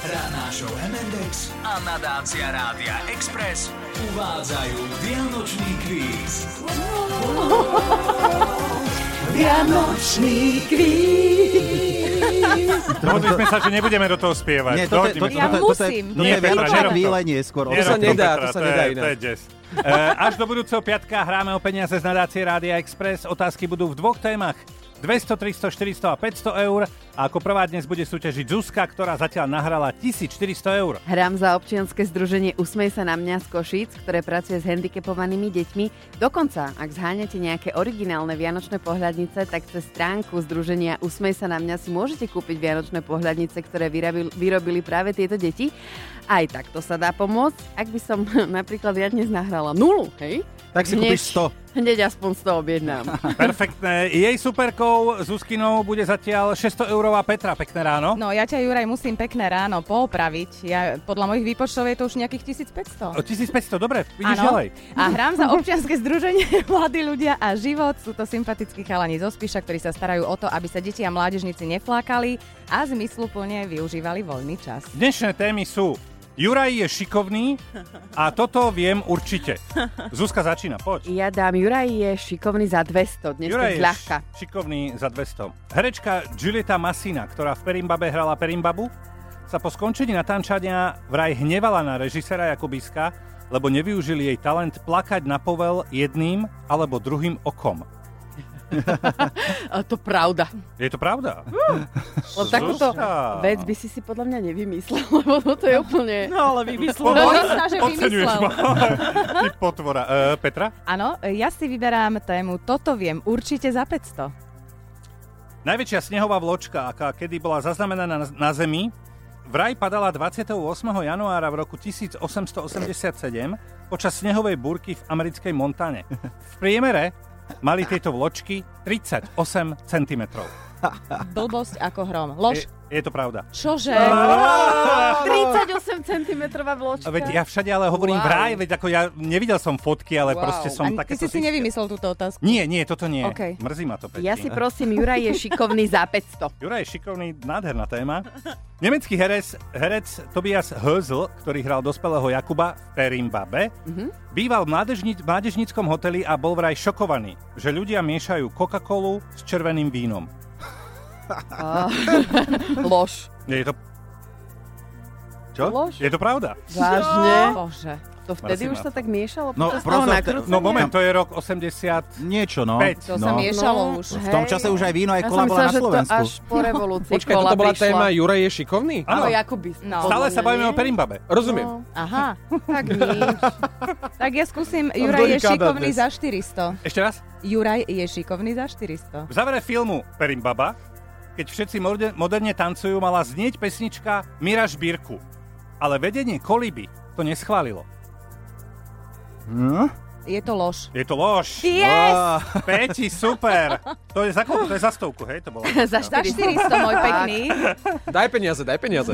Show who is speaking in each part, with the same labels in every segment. Speaker 1: Záchranášov M&X a nadácia Rádia Express uvádzajú Vianočný kvíz.
Speaker 2: Vianočný kvíz.
Speaker 3: Dohodli sme sa, že nebudeme do toho spievať.
Speaker 4: Nie, toto, je-
Speaker 3: Dohodnime
Speaker 4: toto,
Speaker 2: Ja
Speaker 3: sa.
Speaker 4: toto, toto, toto, je-
Speaker 2: musím.
Speaker 4: toto
Speaker 3: Nie,
Speaker 4: je
Speaker 3: Petra,
Speaker 4: Vianočná
Speaker 3: nerob to.
Speaker 4: chvíľenie skôr.
Speaker 3: Nie,
Speaker 4: Ono sa
Speaker 3: rob
Speaker 4: nedá.
Speaker 3: Petra,
Speaker 2: to sa nedá
Speaker 3: je-
Speaker 2: inak.
Speaker 3: To je des. E, až do budúceho piatka hráme o peniaze z nadácie Rádia Express. Otázky budú v dvoch témach. 200, 300, 400 a 500 eur. A ako prvá dnes bude súťažiť Zuzka, ktorá zatiaľ nahrala 1400 eur.
Speaker 5: Hrám za občianske združenie Usmej sa na mňa z Košíc, ktoré pracuje s handicapovanými deťmi. Dokonca, ak zháňate nejaké originálne vianočné pohľadnice, tak cez stránku združenia Usmej sa na mňa si môžete kúpiť vianočné pohľadnice, ktoré vyrabil, vyrobili práve tieto deti. Aj takto sa dá pomôcť. Ak by som napríklad ja dnes nahrala nulu, hej?
Speaker 4: Tak si
Speaker 5: Hneď-
Speaker 4: kúpiš 100.
Speaker 5: Hneď aspoň 100 objednám.
Speaker 3: Perfektné. Jej superkou Zuzkinou bude zatiaľ 600 eurová Petra. Pekné ráno.
Speaker 6: No ja ťa, Juraj, musím pekné ráno poopraviť. Ja, podľa mojich výpočtov je to už nejakých 1500.
Speaker 3: O 1500, dobre, ideš
Speaker 6: Áno.
Speaker 3: ďalej.
Speaker 6: A hrám za občianske združenie Mladí ľudia a život. Sú to sympatickí chalani zo Spiša, ktorí sa starajú o to, aby sa deti a mládežníci neflákali a zmysluplne využívali voľný čas.
Speaker 3: Dnešné témy sú Juraj je šikovný a toto viem určite. Zuzka začína, poď.
Speaker 5: Ja dám, Juraj je šikovný za 200, dnes
Speaker 3: Juraj
Speaker 5: Juraj
Speaker 3: je
Speaker 5: zľahka.
Speaker 3: š- šikovný za 200. Herečka Julieta Masina, ktorá v Perimbabe hrala Perimbabu, sa po skončení natáčania vraj hnevala na režisera Jakubiska, lebo nevyužil jej talent plakať na povel jedným alebo druhým okom.
Speaker 5: A to pravda.
Speaker 3: Je to pravda?
Speaker 5: Hm? Lebo No, takúto
Speaker 3: Zuzka.
Speaker 5: vec by si si podľa mňa nevymyslel, lebo toto je úplne...
Speaker 6: No ale vymyslel. že
Speaker 3: Oceňuješ
Speaker 6: vymyslel.
Speaker 3: ma. Ty potvora. E, Petra?
Speaker 6: Áno, ja si vyberám tému Toto viem určite za 500.
Speaker 3: Najväčšia snehová vločka, aká kedy bola zaznamenaná na, na Zemi, vraj padala 28. januára v roku 1887 počas snehovej búrky v americkej Montane. V priemere mali tieto vločky 38 cm.
Speaker 6: Blbosť ako hrom. Lož.
Speaker 3: Je, je to pravda.
Speaker 6: Čože?
Speaker 5: 38 cm vločka.
Speaker 3: Veď ja všade ale hovorím
Speaker 6: Wow.
Speaker 3: vraj, veď ako ja nevidel som fotky, ale
Speaker 5: Wow.
Speaker 3: proste som
Speaker 6: Ani ty
Speaker 3: takéto
Speaker 6: si si
Speaker 3: zistil.
Speaker 6: nevymyslel túto otázku.
Speaker 3: Nie, nie, toto nie.
Speaker 6: OK.
Speaker 3: Mrzí ma to, Peti.
Speaker 5: Ja si prosím, Juraj je šikovný za 500.
Speaker 3: Juraj Šikovný, nádherná téma. Nemecký herec, herec Tobias Hösl, ktorý hral dospelého Jakuba v Perimbabe,
Speaker 5: Mhm.
Speaker 3: mm-hmm. býval v mládežni, mládežníckom hoteli a bol vraj šokovaný, že ľudia miešajú Coca-Colu s červeným vínom.
Speaker 5: Lož.
Speaker 3: Je to... Čo?
Speaker 5: Lož?
Speaker 3: Je to pravda?
Speaker 5: Vážne?
Speaker 6: Bože.
Speaker 5: To
Speaker 3: Prosím
Speaker 5: vtedy už
Speaker 3: vás.
Speaker 5: sa tak miešalo
Speaker 4: No,
Speaker 5: počas toho
Speaker 4: proste-
Speaker 5: nakrúcania?
Speaker 3: No moment, to je rok 80...
Speaker 4: Niečo, no.
Speaker 3: Päť.
Speaker 6: To
Speaker 4: no.
Speaker 6: sa miešalo
Speaker 5: No,
Speaker 6: už.
Speaker 4: V tom
Speaker 5: hej.
Speaker 4: čase už aj víno, aj
Speaker 5: Ja
Speaker 4: kola
Speaker 5: som
Speaker 4: bola
Speaker 5: myslela,
Speaker 4: na
Speaker 5: že to
Speaker 4: Slovensku.
Speaker 5: až po revolúcii
Speaker 7: Počkaj,
Speaker 5: kola
Speaker 7: toto bola
Speaker 5: prišla.
Speaker 7: téma Juraj je šikovný?
Speaker 5: Áno,
Speaker 3: Áno,
Speaker 5: Jakubis.
Speaker 6: No.
Speaker 3: stále
Speaker 5: podľa
Speaker 3: sa
Speaker 5: mňa
Speaker 3: bavíme
Speaker 5: nie.
Speaker 3: o Perimbabe.
Speaker 7: Rozumiem.
Speaker 5: No,
Speaker 6: Aha.
Speaker 5: tak nič.
Speaker 6: Tak ja skúsim, Juraj je
Speaker 7: dojkáda
Speaker 6: šikovný
Speaker 7: dnes.
Speaker 6: za 400.
Speaker 3: Ešte raz?
Speaker 6: Juraj je šikovný za 400.
Speaker 3: V závere filmu Perimbaba, keď všetci morde- moderne tancujú, mala znieť pesnička Mira Žbírku. Ale vedenie koliby to neschválilo.
Speaker 4: Hm?
Speaker 6: Je to lož.
Speaker 3: Je to lož. No,
Speaker 6: Yes!
Speaker 3: Peti, super. To je za koľko? To je za stovku, hej? To bolo.
Speaker 5: Za
Speaker 6: Za 400, môj
Speaker 5: Tak.
Speaker 6: pekný.
Speaker 7: Daj peniaze, daj peniaze.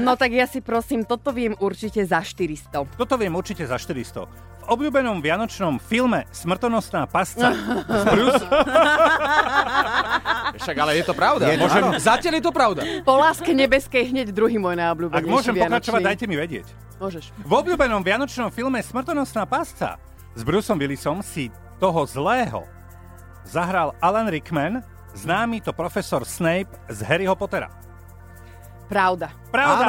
Speaker 5: No tak ja si prosím, toto viem určite za 400.
Speaker 3: Toto viem určite za 400. V obľúbenom vianočnom filme Smrtonosná pasca s Bruce,
Speaker 7: Však ale je to pravda.
Speaker 4: Je to,
Speaker 7: Môžem,
Speaker 4: áno.
Speaker 7: zatiaľ je to pravda.
Speaker 5: Po láske nebeskej hneď druhý môj
Speaker 3: ak
Speaker 5: najobľúbenejší
Speaker 3: môžem
Speaker 5: vianočný.
Speaker 3: pokračovať, dajte mi vedieť.
Speaker 5: Môžeš.
Speaker 3: V obľúbenom vianočnom filme Smrtonosná pasca s Bruceom Willisom si toho zlého zahral Alan Rickman, známy to profesor Snape z Harryho Pottera.
Speaker 5: Pravda.
Speaker 3: Pravda!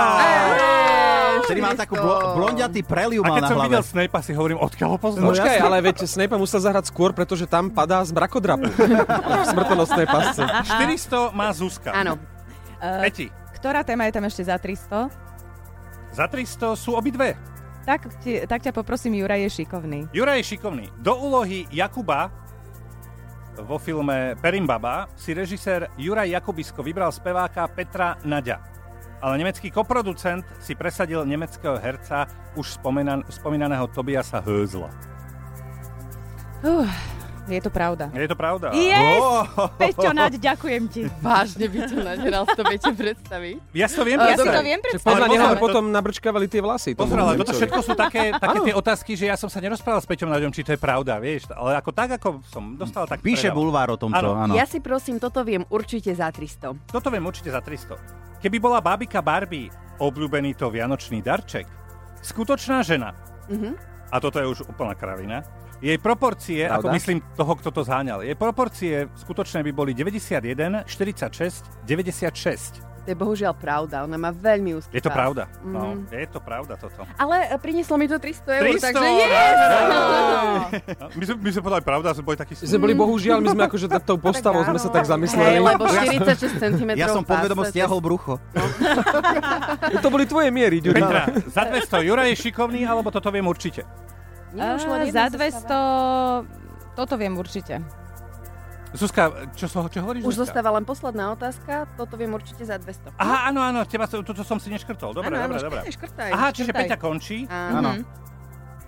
Speaker 4: Vtedy mal takú blo- blondiatý preliu
Speaker 3: A
Speaker 4: mal
Speaker 3: keď
Speaker 4: na
Speaker 3: som
Speaker 4: hlave. No
Speaker 3: videl Snape, si hovorím, odkiaľ ho poznáš?
Speaker 7: Počkaj, ale veď Snape musel zahrať skôr, pretože tam padá z mrakodrapu. v smrtonosnej pasce.
Speaker 3: 400 má Zuzka.
Speaker 5: Áno.
Speaker 3: Peti,
Speaker 6: Ktorá téma je tam ešte za 300?
Speaker 3: za 300 sú obidve.
Speaker 6: Tak, ti, tak ťa poprosím, Juraj je šikovný.
Speaker 3: Juraj je šikovný. Do úlohy Jakuba vo filme Perimbaba si režisér Juraj Jakubisko vybral speváka Petra Naďa. Ale nemecký koproducent si presadil nemeckého herca už spomenan- spomínaného Tobiasa Hözla.
Speaker 6: Uh, je to pravda.
Speaker 3: Je to pravda?
Speaker 6: Yes! Peťo, Naď, ďakujem ti.
Speaker 5: Vážne by to naderal, to viete predstaviť.
Speaker 3: Ja si to viem
Speaker 6: Ja si
Speaker 3: predstaviť.
Speaker 6: to viem
Speaker 7: Čiže
Speaker 6: predstaviť.
Speaker 7: podľa
Speaker 3: Ale
Speaker 7: neho
Speaker 3: pozor,
Speaker 7: ale potom nabrčkávali tie vlasy. tomu
Speaker 3: Pozor, ale toto
Speaker 7: Nemcovi.
Speaker 3: všetko sú také, také tie otázky, že ja som sa nerozprával s Peťom Naďom, či to je pravda, vieš. Ale ako tak, ako som dostal, tak
Speaker 4: Píše
Speaker 3: predám.
Speaker 4: bulvár o tomto,
Speaker 3: Áno.
Speaker 4: áno.
Speaker 5: Ja si prosím, toto viem určite za 300.
Speaker 3: Toto viem určite za 300. Keby bola bábika Barbie obľúbený to vianočný darček. Skutočná žena. A toto je už úplná kravina. Jej proporcie,
Speaker 7: Pravda?
Speaker 3: ako myslím toho, kto to zháňal, jej proporcie skutočné by boli 91, 46, 96.
Speaker 5: To je bohužiaľ pravda, ona má veľmi úzky
Speaker 3: Je to
Speaker 5: pás.
Speaker 3: pravda. No, je to pravda toto.
Speaker 5: Ale e, prinieslo mi to 300 eur,
Speaker 3: 300
Speaker 5: takže
Speaker 3: eur.
Speaker 5: yes!
Speaker 3: No, My sme, my sme povedali pravda, a sme boli takí...
Speaker 7: Sme boli bohužiaľ, my sme akože nad tou postavou sme sa tak
Speaker 5: Hej,
Speaker 7: zamysleli.
Speaker 5: lebo 46 cm
Speaker 4: Ja som podvedomo stiahol brucho.
Speaker 7: To boli tvoje miery, Ďuri.
Speaker 3: Petra, za 200 Jura je šikovný, alebo toto viem určite.
Speaker 5: Nie, už len
Speaker 6: Eh, za
Speaker 5: jedna zostáva.
Speaker 6: 200... Toto viem určite.
Speaker 3: Zuzka, čo, so, čo hovoríš?
Speaker 5: Už
Speaker 3: Zuzka?
Speaker 5: zostáva len posledná otázka, toto viem určite za 200.
Speaker 3: Aha, áno, áno, teba, to, toto som si neškrtol. Dobre, dobre, dobre.
Speaker 5: škrtaj, škrtaj.
Speaker 3: Aha, čiže
Speaker 6: škrtaj.
Speaker 3: Peťa končí.
Speaker 5: Áno.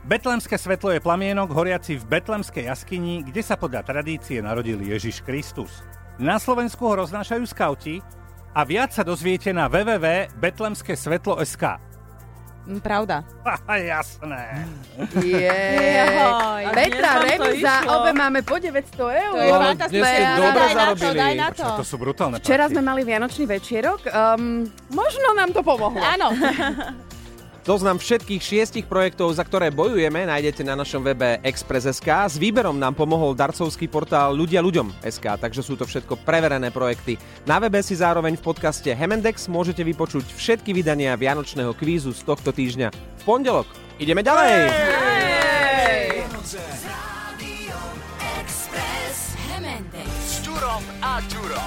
Speaker 3: Betlemské svetlo je plamienok horiaci v Betlemskej jaskyni, kde sa podľa tradície narodil Ježiš Kristus. Na Slovensku ho roznášajú skauti a viac sa dozviete na www.betlemskesvetlo.sk.
Speaker 6: Mm, Pravda.
Speaker 3: Haha, jasné.
Speaker 5: Yeah. Petra, remiza, obe máme po 900 eur.
Speaker 6: To je
Speaker 7: No,
Speaker 6: fantastické.
Speaker 7: dnes ste
Speaker 5: Daj
Speaker 6: Daj
Speaker 7: dobre
Speaker 6: na to,
Speaker 7: zarobili.
Speaker 6: daj na to.
Speaker 3: Čo, to sú brutálne
Speaker 5: Včera
Speaker 3: party.
Speaker 5: sme mali Vianočný večierok, um, možno nám to pomohlo.
Speaker 6: Áno.
Speaker 7: Zoznam všetkých šiestich projektov, za ktoré bojujeme, nájdete na našom webe Express.sk. S výberom nám pomohol darcovský portál Ľudia ľuďom SK, takže sú to všetko preverené projekty. Na webe si zároveň v podcaste Hemendex môžete vypočuť všetky vydania Vianočného kvízu z tohto týždňa v pondelok. Ideme ďalej!
Speaker 1: Vianoce
Speaker 8: Rádiom Express. Hemendex.
Speaker 1: s Turom a Turom.